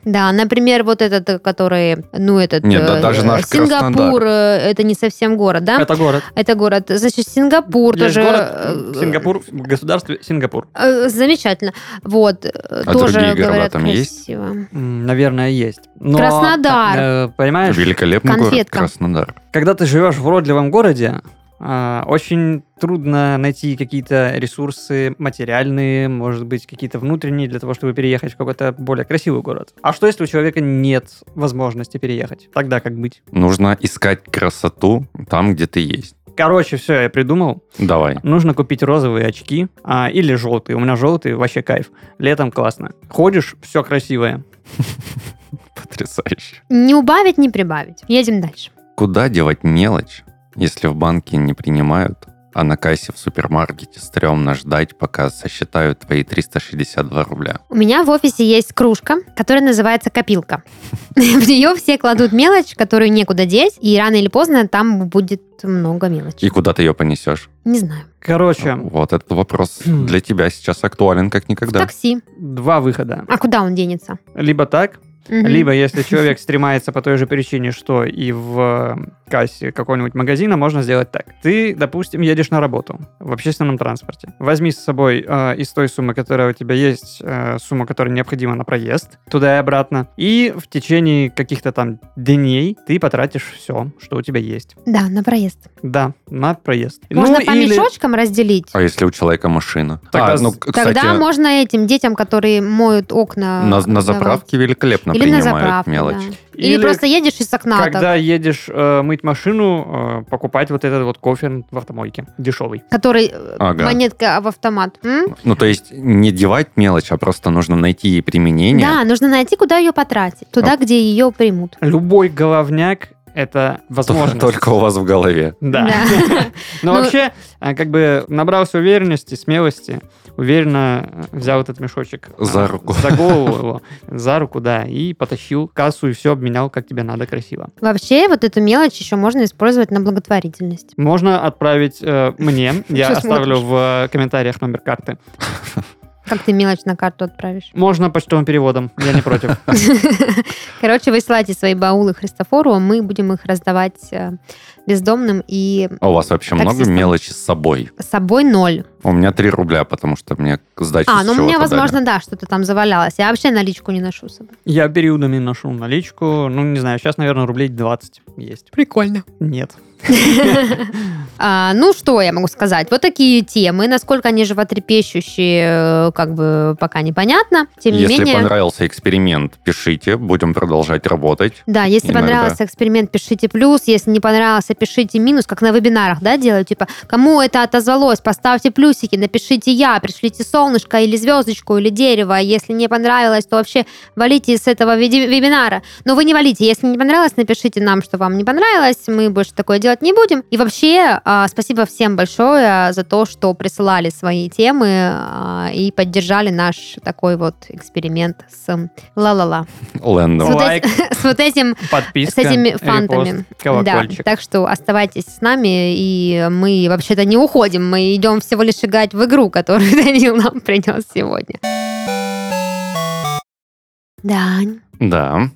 S1: Да, например, вот этот, э, который, ну этот...
S2: Нет, да
S1: э,
S2: даже наш
S1: Сингапур, э, это не совсем город, да? Это,
S3: Это город.
S1: город. Значит, Сингапур
S3: Есть
S1: тоже...
S3: город,
S1: э,
S3: э, Сингапур, в государстве Сингапур.
S1: э, замечательно. Вот, э,
S2: А
S1: тоже
S2: другие города
S1: говорят
S2: там есть?
S1: красиво.
S3: М, Наверное, есть. Но,
S1: Краснодар.
S3: э, понимаешь?
S2: Великолепный город
S1: Конфетка.
S2: Краснодар.
S3: когда ты живешь в уродливом городе, А, Очень трудно найти какие-то ресурсы материальные, может быть, какие-то внутренние для того, чтобы переехать в какой-то более красивый город. А что, если у человека нет возможности переехать? Тогда как быть?
S2: Нужно искать красоту там, где ты есть.
S3: Короче, все, я придумал.
S2: Давай.
S3: Нужно купить розовые очки а, или желтые. У меня желтые, вообще кайф. Летом классно. Ходишь, все красивое.
S2: Потрясающе.
S1: Не убавить, не прибавить. Едем дальше.
S2: Куда девать мелочь, если в банке не принимают, а на кассе в супермаркете стрёмно ждать, пока сосчитают твои 362 рубля?
S1: У меня в офисе есть кружка, которая называется копилка. В нее все кладут мелочь, которую некуда деть, и рано или поздно там будет много
S2: И
S1: мелочи.
S2: куда ты ее понесешь?
S1: Не знаю.
S3: Короче,
S2: Вот этот вопрос
S3: Хм.
S2: для тебя сейчас актуален как
S1: В
S2: никогда.
S1: такси.
S3: два выхода.
S1: А куда он денется?
S3: Либо так,
S1: Мгм.
S3: либо если человек стремается по той же причине, что и в э, кассе какого-нибудь магазина, можно сделать так. Ты, допустим, едешь на работу в общественном транспорте. Возьми с собой э, из той суммы, которая у тебя есть, э, сумму, которая необходима на проезд туда и обратно. И в течение каких-то там дней ты потратишь все, что у тебя есть.
S1: Да, на проезд.
S3: Да, на проезд.
S1: Можно
S3: Ну,
S1: по
S3: или-
S1: мешочкам разделить.
S2: А если у человека машина?
S3: Тогда
S2: А, ну,
S3: с-
S2: к- кстати,
S1: Тогда можно этим детям, которые моют окна.
S2: на, на
S1: давать.
S2: заправке великолепно
S1: Или на
S2: принимают
S1: заправке,
S2: мелочь.
S1: да. Или,
S3: Или
S1: просто едешь из окна. так,
S3: Когда едешь э, мыть машину, э, покупать вот этот вот кофе в автомойке. Дешевый.
S1: который э,
S2: Ага.
S1: монетка в автомат. М?
S2: Ну, то есть не девать мелочь, а просто нужно найти ей применение.
S1: Да, нужно найти, куда ее потратить. Туда,
S2: А
S1: где ее примут.
S3: Любой головняк это возможность.
S2: Только у вас в голове.
S3: Да. Но
S1: Ну-
S3: вообще, а, как бы набрался уверенности, смелости, уверенно э, взял этот мешочек. а,
S2: За руку.
S3: За голову его. За руку, да. И потащил кассу, и все обменял, как тебе надо, красиво.
S1: Вообще, вот эту мелочь еще можно использовать на благотворительность.
S3: Можно отправить э, мне. Я
S1: Чё
S3: оставлю в э, комментариях номер карты.
S1: Как ты мелочь на карту отправишь?
S3: Можно почтовым переводом. Я не против.
S1: Короче, высылайте свои баулы Христофору, а мы будем их раздавать э, бездомным и
S2: А у вас вообще много
S1: Таксистам.
S2: мелочи с собой?
S1: с собой ноль.
S2: У меня 3 рубля, потому что мне сдачи
S1: А,
S2: с
S1: ну у меня,
S2: чего-то дали.
S1: возможно, да, что-то там завалялось. Я вообще наличку не ношу с собой.
S3: Я периодами ношу наличку. Ну, не знаю, сейчас, наверное, рублей 20 есть.
S1: Прикольно.
S3: Нет.
S1: А, ну, что я могу сказать? Вот такие темы. Насколько они животрепещущие, э, как бы пока непонятно. Тем не
S2: Если
S1: менее...
S2: понравился эксперимент, пишите, будем продолжать работать.
S1: Да, если
S2: Иногда.
S1: понравился эксперимент, пишите плюс. Если не понравился, пишите минус, как на вебинарах, да, делают. Типа, кому это отозвалось, поставьте плюсики, напишите я, пришлите солнышко или звездочку, или дерево. Если не понравилось, то вообще валите с этого виде- вебинара. Но вы не валите. Если не понравилось, напишите нам, что вам не понравилось. Мы больше такое делать не будем. И вообще, а, спасибо всем большое за то, что присылали свои темы а, и поддержали наш такой вот эксперимент с м, ла-ла-ла.
S2: Лэндом.
S1: С вот
S3: Лайк.
S1: эти- С вот этим
S3: Подписка.
S1: с этими
S3: репост,
S1: фантами.
S3: колокольчик.
S1: Да, так что оставайтесь с нами, и мы вообще-то не уходим, мы идем всего лишь играть в игру, которую Данил нам принес сегодня. Дань,
S2: Да.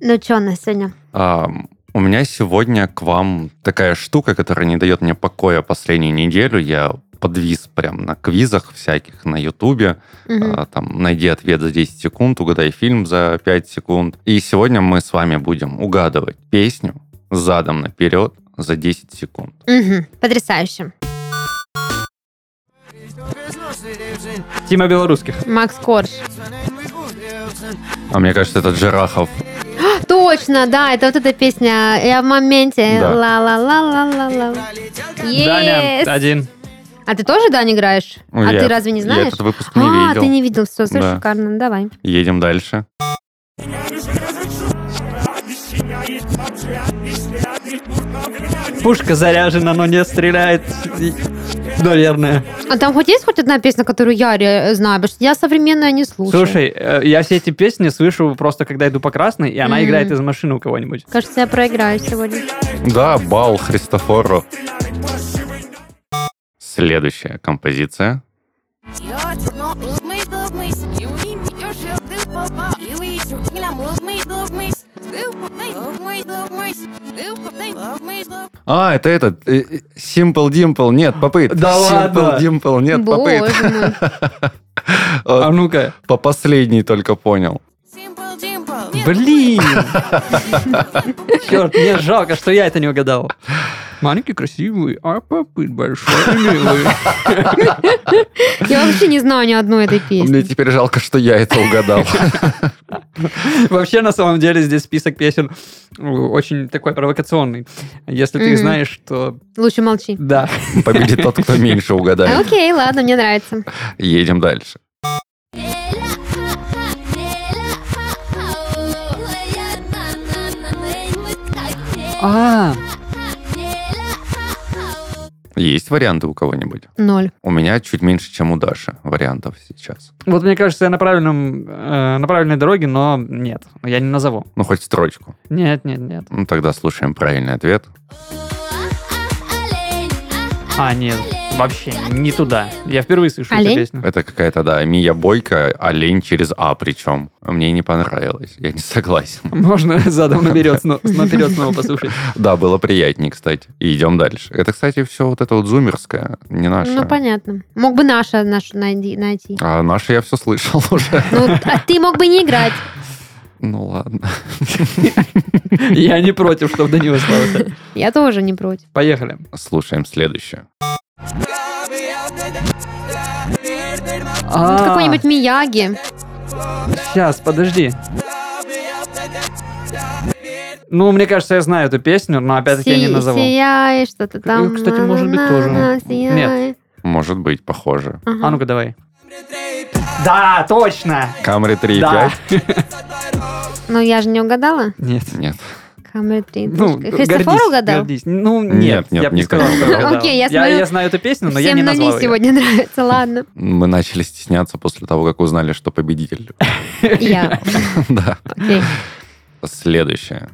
S1: ну что у нас сегодня?
S2: Ам, у меня сегодня к вам такая штука, которая не дает мне покоя последнюю неделю. Я подвис прям на квизах всяких на Ютубе.
S1: Мгм.
S2: А, там, найди ответ за 10 секунд, угадай фильм за 5 секунд. И сегодня мы с вами будем угадывать песню задом наперед за 10 секунд.
S1: Мгм. Потрясающе.
S3: Тима Белорусских.
S1: Макс Корж.
S2: А мне кажется, это Джерахов.
S1: Точно, да, это вот эта песня «Я в моменте».
S2: Да.
S1: Ла-ла-ла-ла-ла-ла. Yes.
S3: Даня, один.
S1: А ты тоже, Дань, играешь?
S2: Ну,
S1: а
S2: я-
S1: ты разве не
S2: Я
S1: знаешь?
S2: этот выпуск не
S1: а,
S2: видел.
S1: ты не видел, все, все
S2: Да.
S1: шикарно, ну, давай.
S2: Едем дальше.
S3: Пушка заряжена, но не стреляет. И- Наверное.
S1: А там хоть есть хоть одна песня, которую я ре- знаю? Потому что я современная не слушаю.
S3: Слушай, э, я все эти песни слышу просто, когда иду по красной, и она
S1: Мгм.
S3: играет из машины у кого-нибудь.
S1: Кажется, я проиграю сегодня.
S2: Да, бал Христофору. Следующая композиция. А, это этот, э, э, Simple Dimple, нет, попыт.
S3: Да
S2: Simple
S3: ладно?
S2: Dimple, нет,
S1: Боже
S2: попыт.
S1: мой.
S2: Вот
S3: А ну-ка.
S2: По последней только понял.
S3: ну Блин! Черт, мне жалко, что я это не угадал. Маленький, красивый, а попыт большой, милый.
S1: Я вообще не знаю ни одной
S3: А
S1: этой песни.
S2: Мне теперь жалко, что я это угадал.
S3: Вообще, на самом деле, здесь список песен э, очень такой провокационный. Если ты
S1: Мгм.
S3: знаешь, то
S1: Лучше молчи.
S3: да.
S2: Победит тот, кто меньше угадает.
S1: Окей, ладно, мне нравится.
S2: Едем дальше.
S3: А,
S2: Есть варианты у кого-нибудь?
S1: Ноль.
S2: У меня чуть меньше, чем у Даши вариантов сейчас.
S3: вот мне кажется, я на, правильном, э, на правильной дороге, но нет, я не назову.
S2: Ну, хоть строчку.
S3: Нет, нет, нет.
S2: Ну, тогда слушаем правильный ответ.
S3: А, нет, вообще не туда. Я впервые слышу
S1: Олень?
S3: эту песню.
S2: Это какая-то, да, Мия Бойко, олень через А причем. Мне не понравилось, я не согласен.
S3: Можно задом наперед, сно- наперед снова послушать.
S2: Да, было приятнее, кстати. И идем дальше. Это, кстати, все вот это вот зумерское, не наше.
S1: Ну, понятно. Мог бы наша, нашу найди- найти.
S2: А наше я все слышал уже.
S1: Ну, а ты мог бы не играть.
S2: Ну ладно.
S3: Я не против, чтобы до него осталось.
S1: Я тоже не против.
S3: Поехали.
S2: Слушаем следующее.
S3: А.
S1: Вот Какой-нибудь Мияги.
S3: Сейчас, подожди. Ну, мне кажется, я знаю эту песню, но опять-таки я не
S1: Си-
S3: назову. Э,
S1: Сияй, что-то там.
S3: кстати, может быть, тоже.
S1: На-на-на, сияй.
S3: Нет.
S2: Может быть, похоже.
S1: Ага.
S3: А ну-ка, давай. Да, точно!
S2: Камри 3.5?
S3: Да.
S1: Ну, я же не угадала.
S3: Нет.
S2: Нет.
S1: Камера 3.
S3: Ну,
S1: Христофор
S3: гордись,
S1: угадал?
S3: гордись. Ну, нет,
S2: Нет, нет,
S3: я бы не
S2: никто
S3: сказал,
S2: не
S3: что
S2: угадал.
S3: угадал.
S1: Окей, я смотрю,
S3: я знаю эту песню, Ну, но я
S1: Всем
S3: не
S1: на
S3: назвал
S1: ней
S3: ее.
S1: сегодня нравится, ладно.
S2: Мы начали стесняться после того, как узнали, что победитель.
S1: Я.
S2: Да.
S1: Окей.
S2: Следующее.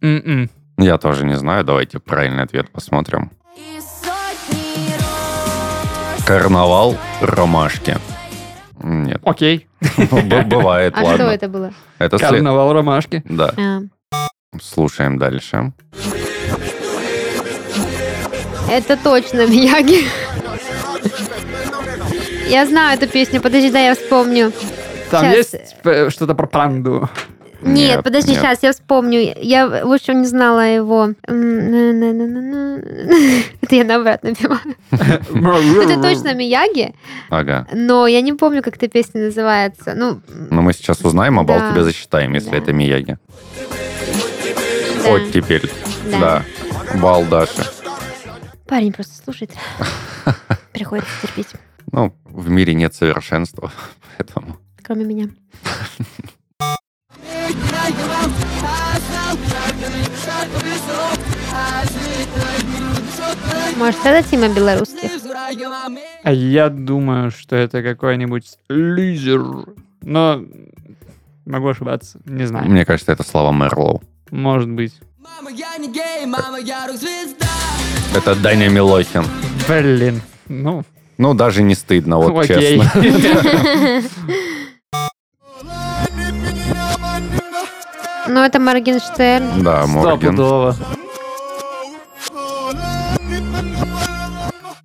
S3: М-м.
S2: Я тоже не знаю, давайте правильный ответ посмотрим. Карнавал ромашки. Нет.
S3: Окей.
S2: Б- Бывает,
S1: А что
S2: ладно.
S1: это было?
S2: Это след-
S3: Карнавал ромашки.
S2: Да.
S1: А,
S2: Слушаем дальше.
S1: Это точно Мияги. Я знаю эту песню, подожди, да, я вспомню.
S3: Там
S1: Щас.
S3: есть э, что-то про панду.
S1: Нет, подожди,
S2: нет.
S1: сейчас я вспомню. Я лучше не знала его. М, на-на-на-на-на. Это я наоборот набиваю. Ну, Это точно Мияги,
S2: Ага.
S1: но я не помню, как эта песня называется. Ну,
S2: Но мы сейчас узнаем, а
S1: Да.
S2: бал тебе засчитаем, если
S1: Да.
S2: это Мияги.
S1: да.
S2: Вот теперь.
S1: Да.
S2: Да. Бал Даши.
S1: Парень просто слушает. Приходится терпеть,
S2: Ну, в мире нет совершенства, поэтому...
S1: кроме меня. Может, это тема белорусских?
S3: А я думаю, что это какой-нибудь лизер. Но могу ошибаться. Не знаю.
S2: Мне кажется, это слова Мерлоу.
S3: Может быть.
S4: Мама, я не гей, мама, я рок-звезда.
S2: Это Даня Милохин.
S3: Блин. Ну,
S2: Ну, даже не стыдно, вот
S3: окей.
S2: честно.
S1: Ну, это Моргенштерн.
S2: Да, Морген.
S3: Стопудово.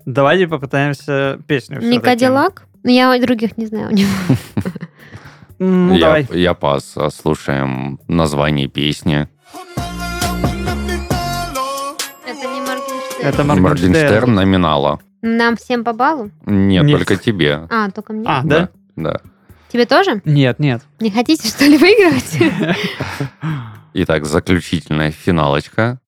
S3: Давайте попытаемся песню.
S1: Не
S3: всё-таки.
S1: Кадиллак? Ну, я других не знаю у него.
S3: М, Ну,
S2: Я,
S3: давай.
S2: я пас. А Слушаем название песни.
S1: Это не Моргенштерн.
S3: Это
S2: Моргенштерн
S3: Моргенштерн.
S2: номинала.
S1: Нам всем по балу?
S2: Нет,
S3: Нет.
S2: только тебе.
S1: А, только мне.
S3: А, да?
S2: Да.
S1: Тебе тоже?
S3: Нет, нет.
S1: Не хотите, что ли, выигрывать?
S2: Итак, заключительная финалочка.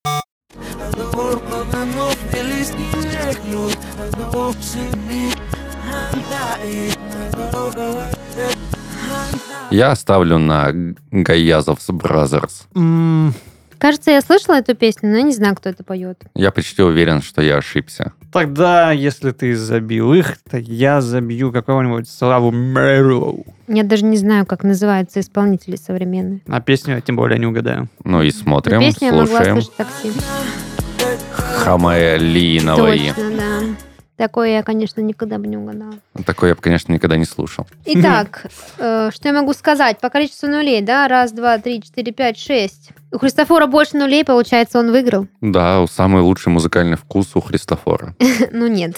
S2: Я ставлю на Гаязовс Бразерс.
S3: М,
S1: Кажется, я слышала эту песню, но не знаю, кто это поет.
S2: Я почти уверен, что я ошибся.
S3: Тогда, если ты забил их, то я забью какого-нибудь Славу Мэрлоу.
S1: Я даже не знаю, как называются исполнители современные.
S3: А песню я тем более не угадаю.
S2: Ну и смотрим,
S1: Эту песню я могла
S2: слушаем.
S1: слышать в такси.
S2: Хамаэлиновой.
S1: Точно, да. Такое я, конечно, никогда бы не угадала.
S2: Такое я бы, конечно, никогда не слушал.
S1: Итак, э, что я могу сказать? По количеству нулей, да? Раз, два, три, четыре, пять, шесть. У Христофора больше нулей, получается, он выиграл?
S2: Да, у- самый лучший музыкальный вкус у Христофора.
S1: Ну нет.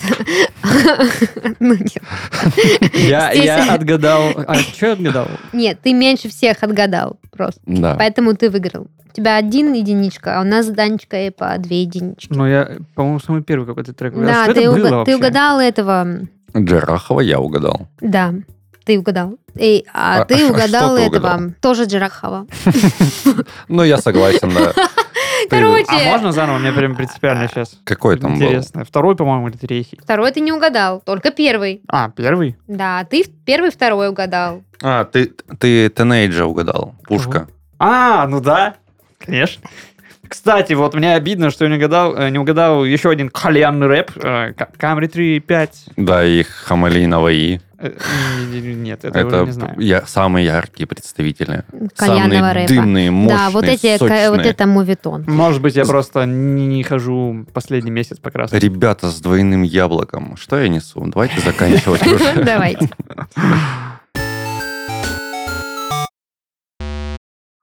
S1: Ну нет.
S3: Я,
S1: Здесь-
S3: я отгадал... А что я отгадал?
S1: Нет, ты меньше всех отгадал просто.
S2: Да.
S1: Поэтому ты выиграл. У тебя один единичка, а у нас с Данечкой по две единички.
S3: Ну, я, по-моему, самый первый какой-то трек. угадал.
S1: Да,
S3: Что
S1: ты
S3: это было
S1: уга- ты
S3: вообще?
S1: угадал этого.
S2: Джарахова я угадал.
S1: Да, ты угадал. Эй, а,
S2: А- а
S1: ты
S2: ш- а
S1: угадал
S2: что ты
S1: этого.
S2: угадал?
S1: Тоже Джарахова.
S2: Ну, я согласен, да. Ты-
S1: Короче.
S3: А можно заново? Мне прям принципиально сейчас.
S2: А, Какой там был?
S3: Интересно. Второй, по-моему, или третий?
S1: Второй ты не угадал, только первый.
S3: А, первый?
S1: Да, ты в- первый, второй угадал.
S2: А, ты, ты Тенейджа угадал. Пушка.
S3: А, ну да, конечно. Кстати, вот мне обидно, что я не угадал, э, не угадал еще один кальянный рэп. э, Ка- Камри 3.5.
S2: Да, и Хамалинова И.
S3: Э, н- н- н- Нет, это, уже
S2: Это
S3: не знаю.
S2: я, самые яркие представители.
S1: Кальянного
S2: Самые
S1: рэпа.
S2: дымные, мощные,
S1: да, вот эти, ка-
S2: сочные.
S1: вот это мувитон.
S3: Может быть, я просто не, не хожу последний месяц как раз.
S2: Ребята с двойным яблоком. Что я несу? Давайте заканчивать уже.
S1: Давайте.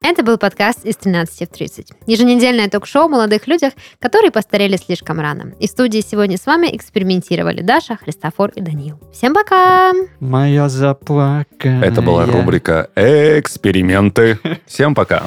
S1: Это был подкаст из 13 в 30. Еженедельное ток-шоу о молодых людях, которые постарели слишком рано. И в студии сегодня с вами экспериментировали Даша, Христофор и Даниил. Всем пока!
S3: Моя заплаканная.
S2: Это была рубрика «Эксперименты». Всем пока.